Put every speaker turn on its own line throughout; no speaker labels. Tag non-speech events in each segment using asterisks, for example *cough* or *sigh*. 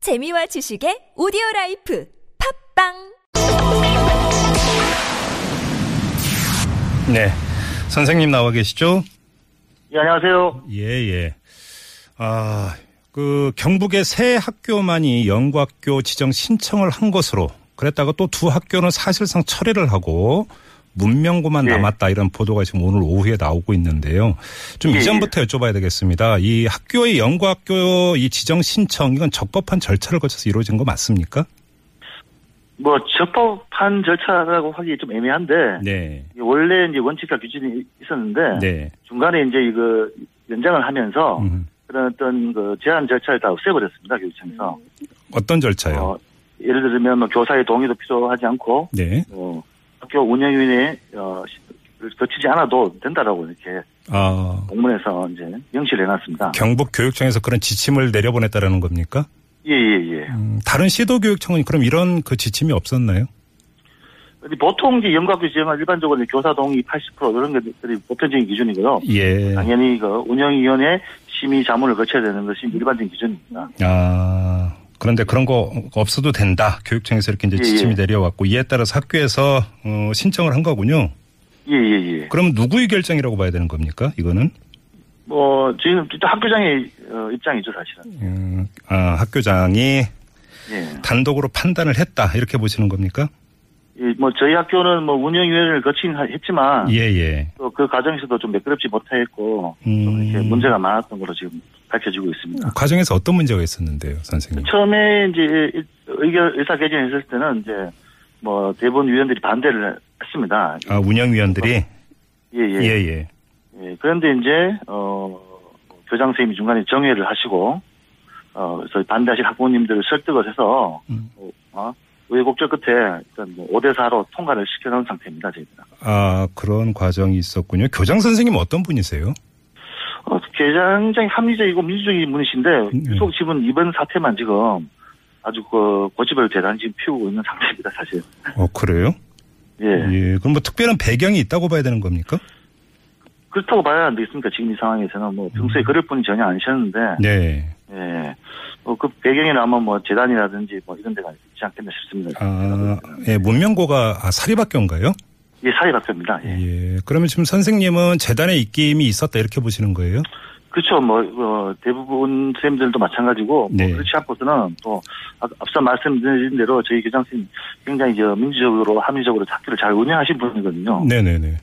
재미와 지식의 오디오 라이프 팝빵
네. 선생님 나와 계시죠?
예, 안녕하세요.
예, 예. 아, 그 경북의 세 학교만이 연구학교 지정 신청을 한 것으로 그랬다가 또 두 학교는 사실상 철회를 하고 문명고만
예.
남았다 이런 보도가 지금 오늘 오후에 나오고 있는데요. 좀
예,
이전부터 여쭤봐야 되겠습니다. 이 학교의 연구학교 이 지정 신청 이건 적법한 절차를 거쳐서 이루어진 거 맞습니까?
뭐 적법한 절차라고 하기 좀 애매한데
네.
이게 원래 이제 원칙과 규칙이 있었는데
네.
중간에 이제 이거 연장을 하면서
음.
그런 어떤 그 제한 절차를 다 없애버렸습니다 교육청에서.
어떤 절차요?
어, 예를 들면 뭐 교사의 동의도 필요하지 않고
네.
어, 학교 운영위원회 어, 를 거치지 않아도 된다라고 이렇게
아,
공문에서 이제 명시를 해놨습니다.
경북 교육청에서 그런 지침을 내려보냈다라는 겁니까?
예예예.
음, 다른 시도교육청은 그럼 이런 그 지침이 없었나요?
보통 이제 연구학교 지정은 일반적으로 이제 교사 동의 80% 이런 것들이 보편적인 기준이고요.
예.
당연히 그 운영위원회 심의 자문을 거쳐야 되는 것이 일반적인 기준입니다.
아, 그런데 그런 거 없어도 된다. 교육청에서 이렇게 이제
예,
지침이
예.
내려왔고 이에 따라서 학교에서 어, 신청을 한 거군요.
예예예.
그럼 누구의 결정이라고 봐야 되는 겁니까? 이거는?
뭐 지금 또 학교장의 어, 입장이죠 사실은.
음, 아, 학교장이
예.
단독으로 판단을 했다. 이렇게 보시는 겁니까?
예, 뭐 저희 학교는 뭐 운영위원회를 거치긴 하- 했지만
예, 예.
또 그 과정에서도 좀 매끄럽지 못했고 좀 어, 이렇게
음, 아, 그
문제가 많았던 걸로 지금 밝혀지고 있습니다.
과정에서 어떤 문제가 있었는데요, 선생님?
처음에 이제 의견 의사 개정했을 때는 이제 뭐 대본 위원들이 반대를 했습니다.
아, 운영위원들이?
예예.
예, 예.
예, 그런데 이제 어 교장 선생님이 중간에 정회를 하시고 어 그래서 반대하실 학부모님들을 설득을 해서
음.
어, 어, 의곡절 끝에 일단 뭐 5대 4로 통과를 시켜놓은 상태입니다 저희가.
아, 그런 과정이 있었군요. 교장 선생님 어떤 분이세요?
어, 굉장히 합리적이고 민주적인 분이신데
음.
유속 집은 이번 사태만 지금 아주 그 고집을 대단히 지금 피우고 있는 상태입니다 사실.
어, 그래요?
예.
예, 그럼 뭐 특별한 배경이 있다고 봐야 되는 겁니까?
그렇다고 봐야 안 되겠습니까 지금 이 상황에서는 뭐 평소에
음.
그럴 분이 전혀 아니셨는데
네.
예. 어, 그 배경에는 아마 뭐 재단이라든지 뭐 이런 데가 있지 않겠나 싶습니다.
아, 예, 문명고가 아, 사립학교인가요?
예, 사립학교입니다. 예.
예. 그러면 지금 선생님은 재단의 입김이 있었다 이렇게 보시는 거예요?
그렇죠. 뭐 어, 대부분 선생님들도 마찬가지고 뭐
네.
그렇지 않고서는 또 앞- 앞서 말씀드린 대로 저희 교장 선생님 굉장히 저 민주적으로 합리적으로 학교를 잘 운영하신 분이거든요.
네네네.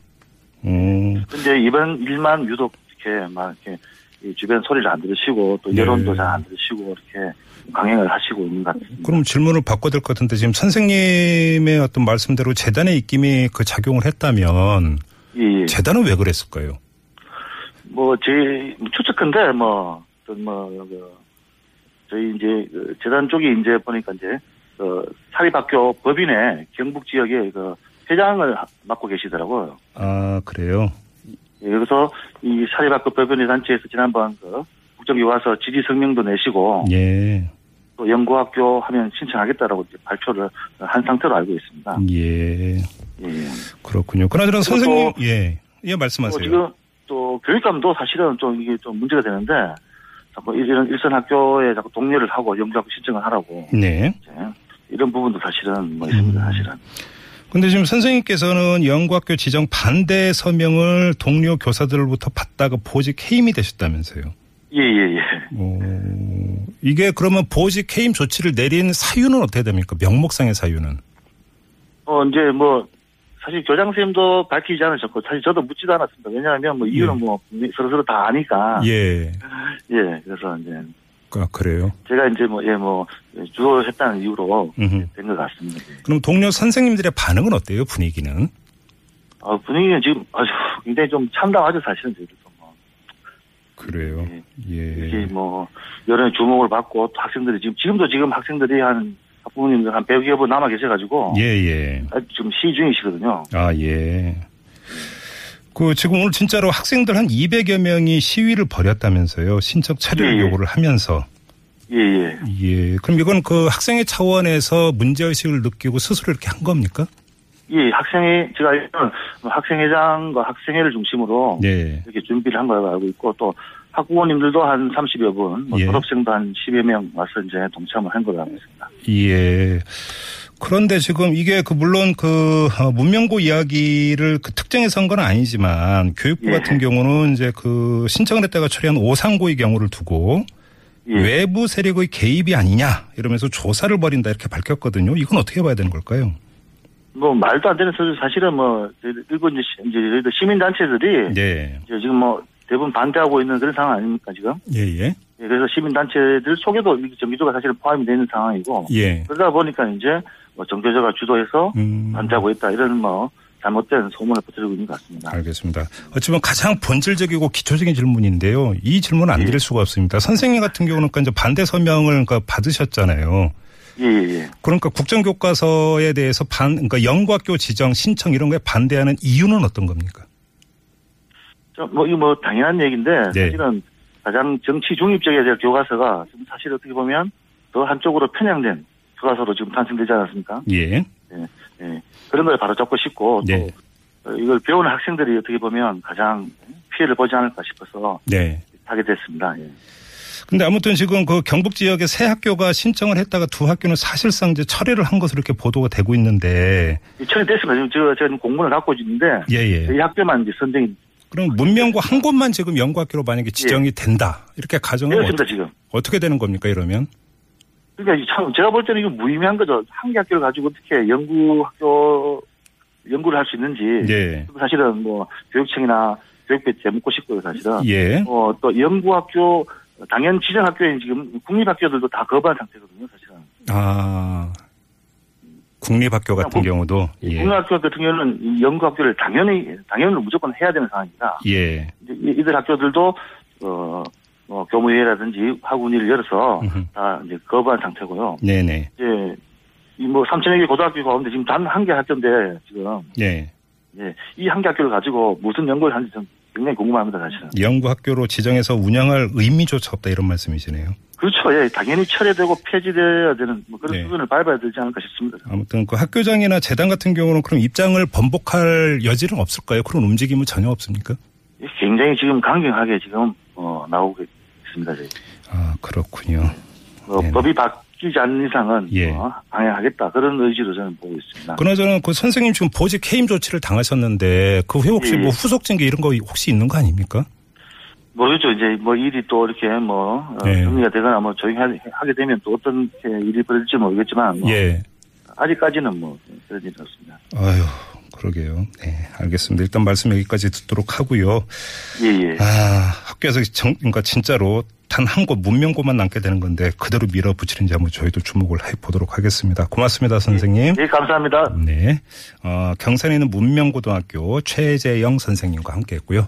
음,
근데 이번 일만 유독 이렇게 막 이렇게 이 주변 소리를 안 들으시고 또
네.
여론도 잘 안 들으시고 이렇게 강행을 하시고 있는 것 같습니다.
그럼 질문을 바꿔야 될 것 같은데 지금 선생님의 어떤 말씀대로 재단의 입김이 그 작용을 했다면
예, 예.
재단은 왜 그랬을까요?
뭐, 제, 추측컨대, 뭐, 어떤 뭐, 그, 저희 이제, 그 재단 쪽이 이제 보니까 이제, 그, 사립학교 법인의 경북 지역에 그, 회장을 하- 맡고 계시더라고요.
아, 그래요?
예, 여기서 이 사립학교 법인의 단체에서 지난번 그, 국정기 와서 지지 성명도 내시고,
예.
또 연구학교 하면 신청하겠다라고 이제 발표를 한 상태로 알고 있습니다.
예.
예.
그렇군요. 그나저나
그리고 뭐
선생님, 예. 예,
또
말씀하세요.
지금 또 교육감도 사실은 좀 이게 좀 문제가 되는데, 자꾸 이런 일선 학교에 자꾸 동료를 하고 연구학교 신청을 하라고.
네.
이제 예? 이런 부분도 사실은 뭐 있습니다
음.
사실은
근데 지금 선생님께서는 연구학교 지정 반대 서명을 동료 교사들로부터 받다가 보직 해임이 되셨다면서요.
예예예
어, 이게 그러면 보직 해임 조치를 내린 사유는 어떻게 됩니까? 명목상의 사유는.
어 이제 뭐 사실 교장 선생님도 밝히지 않으셨고 사실 저도 묻지도 않았습니다 왜냐하면 뭐 이유는 뭐 서로 서로 다 아니까 예,
예.
그래서 이제
아, 그래요.
제가 이제 뭐 예 뭐 주도했다는 이유로
음흠.
된 것 같습니다 예.
그럼 동료 선생님들의 반응은 어때요? 분위기는?
어, 분위기는 지금 아주 *laughs* 굉장히 좀 참담하죠 사실은 저희들도 뭐
그래요.
이게
예.
뭐 여론의 주목을 받고 또 학생들이 지금 지금도 지금 학생들이 한 학부모님들 한 100여 분 남아 계셔가지고
예, 예.
아직 지금 시위 중이시거든요
아, 예. 그 지금 오늘 진짜로 학생들 한 200여 명이 시위를 벌였다면서요. 신청 차별
예, 예.
요구를 하면서.
예예
예. 그럼 이건 그 학생의 차원에서 문제의식을 느끼고 스스로 이렇게 한 겁니까?
예, 학생회, 제가 알기로는 학생회장과 학생회를 중심으로
예.
네. 이렇게 준비를 한 걸로 알고 있고 또 학부모님들도 한 30여 분, 뭐
예.
졸업생도 한 10여 명 와서 이제 동참을 한 걸로 알고 있습니다.
예. 그런데 지금 이게 그 물론 그 어, 문명고 이야기를 그 특정해서 한 건 아니지만 교육부
예.
같은 경우는 이제 그 신청을 했다가 처리한 오상고의 경우를 두고
예.
외부 세력의 개입이 아니냐 이러면서 조사를 벌인다 이렇게 밝혔거든요. 이건 어떻게 봐야 되는 걸까요?
뭐 말도 안 되는 소리 사실은 뭐 저희들 일본 이제 시- 이제 저희들 시민단체들이
예.
이제 지금 뭐 대부분 반대하고 있는 그런 상황 아닙니까 지금?
예, 예.
예, 그래서 시민단체들 속에도 이 전기조가 사실은 포함이 되는 상황이고
예.
그러다 보니까 이제 뭐 정교조가 주도해서
음.
반대하고 있다 이런 뭐 잘못된 소문을 퍼뜨리고 있는 것 같습니다.
알겠습니다. 어찌보면 가장 본질적이고 기초적인 질문인데요. 이 질문
예.
안 드릴 수가 없습니다. 선생님 같은 경우는 그러니까 이제 반대 서명을 그러니까 받으셨잖아요.
예, 예, 예.
그러니까 국정교과서에 대해서 반, 그러니까 영과교 지정 신청 이런 거에 반대하는 이유는 어떤 겁니까?
저, 뭐, 이거 뭐, 당연한 얘기인데,
네.
사실은 가장 정치 중립적이어야 될 교과서가 지금 사실 어떻게 보면 더 한쪽으로 편향된 교과서로 지금 탄생되지 않았습니까?
예.
예. 그런 걸 바로 잡고 싶고, 또
네.
어, 이걸 배우는 학생들이 어떻게 보면 가장 피해를 보지 않을까 싶어서
네.
하게 됐습니다. 예.
근데 아무튼 지금 그 경북 지역에 세 학교가 신청을 했다가 두 학교는 사실상 이제 철회를 한 것으로 이렇게 보도가 되고 있는데
이 처리됐습니다. 지금 제가, 제가 지금 공문을 갖고 있는데,
예, 예.
이 학교만 이제 선정이
그럼 문명고 한 곳만 지금 영과교로 만약에 지정이 된다. 이렇게 가정을
되었습니다, 지금.
어떻게 되는 겁니까, 이러면?
그러니까 이게 참, 제가 볼 때는 이거 무의미한 거죠. 한 개 학교를 가지고 어떻게 연구학교, 연구를 할 수 있는지.
예.
사실은 뭐 교육청이나 교육부에 재묻고 싶고요 사실은
예.
어, 또 연구학교 당연 지정학교에 지금 국립학교들도 다 거부한 상태거든요 사실은
아. 국립학교 같은 경우도 예.
국립학교 같은 경우는 이 연구학교를 당연히 당연히 무조건 해야 되는 상황입니다
예.
이제 이- 이들 학교들도 어, 뭐 교무회라든지 학원위를 열어서
음흠.
다 이제 거부한 상태고요
네, 네.
이제 이뭐 3천여 개 고등학교 가운데 지금 단 한 개 학교인데 지금
예.
예, 이 한 개 학교를 가지고 무슨 연구를 하는지 좀 굉장히 궁금합니다 사실은
연구학교로 지정해서 운영할 의미조차 없다 이런 말씀이시네요.
그렇죠. 예, 당연히 철회되고 폐지되어야 되는 뭐 그런
네.
부분을 밟아야 되지 않을까 싶습니다.
아무튼 그 학교장이나 재단 같은 경우는 그럼 입장을 번복할 여지는 없을까요? 그런 움직임은 전혀 없습니까?
굉장히 지금 강경하게 지금 어, 나오고 있습니다. 저희.
아 그렇군요.
어,
네.
법이 바뀌지 않는 이상은
예.
어, 방해하겠다 그런 의지로 저는 보고 있습니다.
그나저나 그 선생님 지금 보직 해임 조치를 당하셨는데 그 후에 혹시
예.
뭐 후속 징계 이런 거 혹시 있는 거 아닙니까?
모르죠. 이제 뭐 일이 또 이렇게 뭐 어,
네.
정리가 되거나 뭐 조용하게 되면 또 어떤 이렇게 일이 벌어질지 모르겠지만 뭐
예.
아직까지는 뭐 그런 일이 없습니다.
아유 그러게요. 네 알겠습니다. 일단 말씀 여기까지 듣도록 하고요.
예예.
아 학교에서 정, 그러니까 진짜로 단 한 곳 문명고만 남게 되는 건데 그대로 밀어붙이는지 한번 저희도 주목을 해 보도록 하겠습니다. 고맙습니다 선생님.
예 감사합니다.
네. 어, 경산에 있는 문명고등학교 최재영 선생님과 함께 했고요.